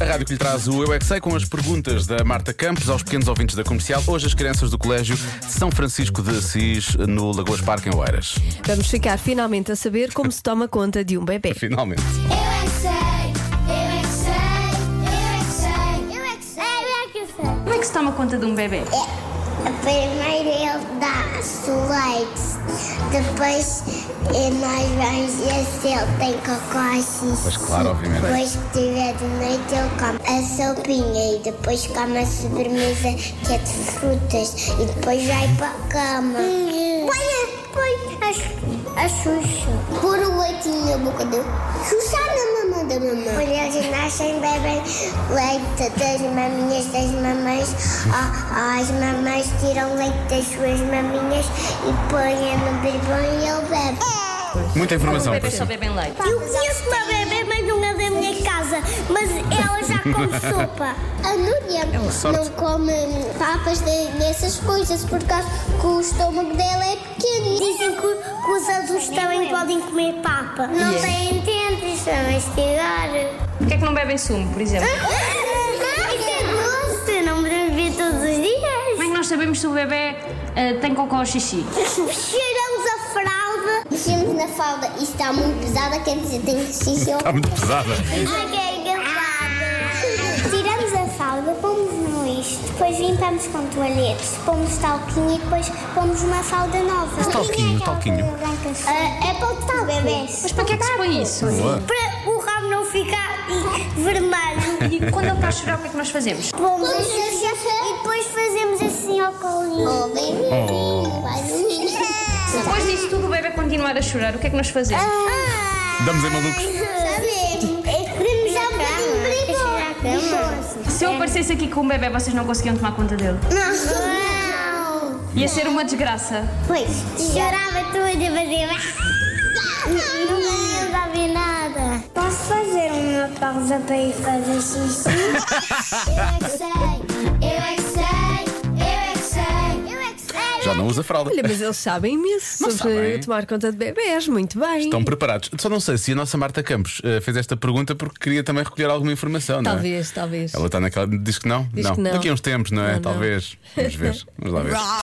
A rádio que lhe traz o Eu é que Sei, com as perguntas da Marta Campos aos pequenos ouvintes da comercial. Hoje, as crianças do Colégio São Francisco de Assis, no Lagoas Parque, em Oeiras. Vamos ficar finalmente a saber como se toma conta de um bebê. Finalmente. Eu é que sei, eu é que sei, eu é que sei, eu é que sei, eu é que sei. Como é que se toma conta de um bebê? Primeiro ele dá-se o leite, depois eh, nós vamos ver se ele tem cocó e xixi. Mas claro, obviamente. Depois que tiver de noite ele come a sopinha e depois come a sobremesa que é de frutas e depois vai para a cama. Põe, põe a, a Xuxa. Pôr o leitinho na boca dele. Xuxa na mamãe da mamãe. Quando eles nascem bebem leite das maminhas das mamães. Ah, As mamães tiram leite das suas maminhas e põem no birbão e ele bebe. Muita informação. Bebês só bebem leite. Eu conheço uma bebê, mas não é da minha casa. Mas ela já come sopa. A Núria sorte. não come papas de- dessas coisas por causa que o estômago dela é pequeno. Dizem que, os adultos também podem comer papa. Não têm dentes para mastigar. Porquê é que não bebem sumo, por exemplo? Isso é doce, não podemos ver todos os dias. Como é que nós sabemos se o bebê ah, tem cocó ou xixi? Cheiramos a fralda. Mexemos na fralda e está muito pesada, quer dizer, tem que xixi Está muito pesada. Tiramos a fralda, pomos no lixo, depois limpamos com toalhetes, pomos talquinho e depois pomos uma fralda nova. Mas talquinho, talquinho? é para o tal bebês. Mas para que é que se põe isso? Boa. Para o rabo não ficar vermelho. E quando ele está a chorar, o que é que nós fazemos? Pomos a xuxa e depois fazemos assim ao colinho. Oh, bebê. Oh. Depois disso tudo, o bebê continuar a chorar, o que é que nós Ah. fazemos? Damos em malucos. Queremos já um bocadinho perigoso. Se eu aparecesse aqui com um bebê, vocês não conseguiam tomar conta dele. Não. Ia ser uma desgraça. Pois, chorava tudo e fazia... "Ah, Não me lembrava nada. Posso fazer uma pausa para ir fazer xixi? Eu é que sei, eu é que sei, eu é que sei, eu é que sei. Já não usa fralda. Olha, mas eles sabem imenso Não sobre sabem. tomar conta de bebés, muito bem. Estão preparados. Só não é? sei se a nossa Marta Campos eh, fez esta pergunta porque queria também recolher alguma informação, não é? Talvez, talvez. Ela está naquela. Diz que não? Diz que não. Daqui a uns tempos, não é? Não, não. Talvez. Vamos ver. Vamos lá ver.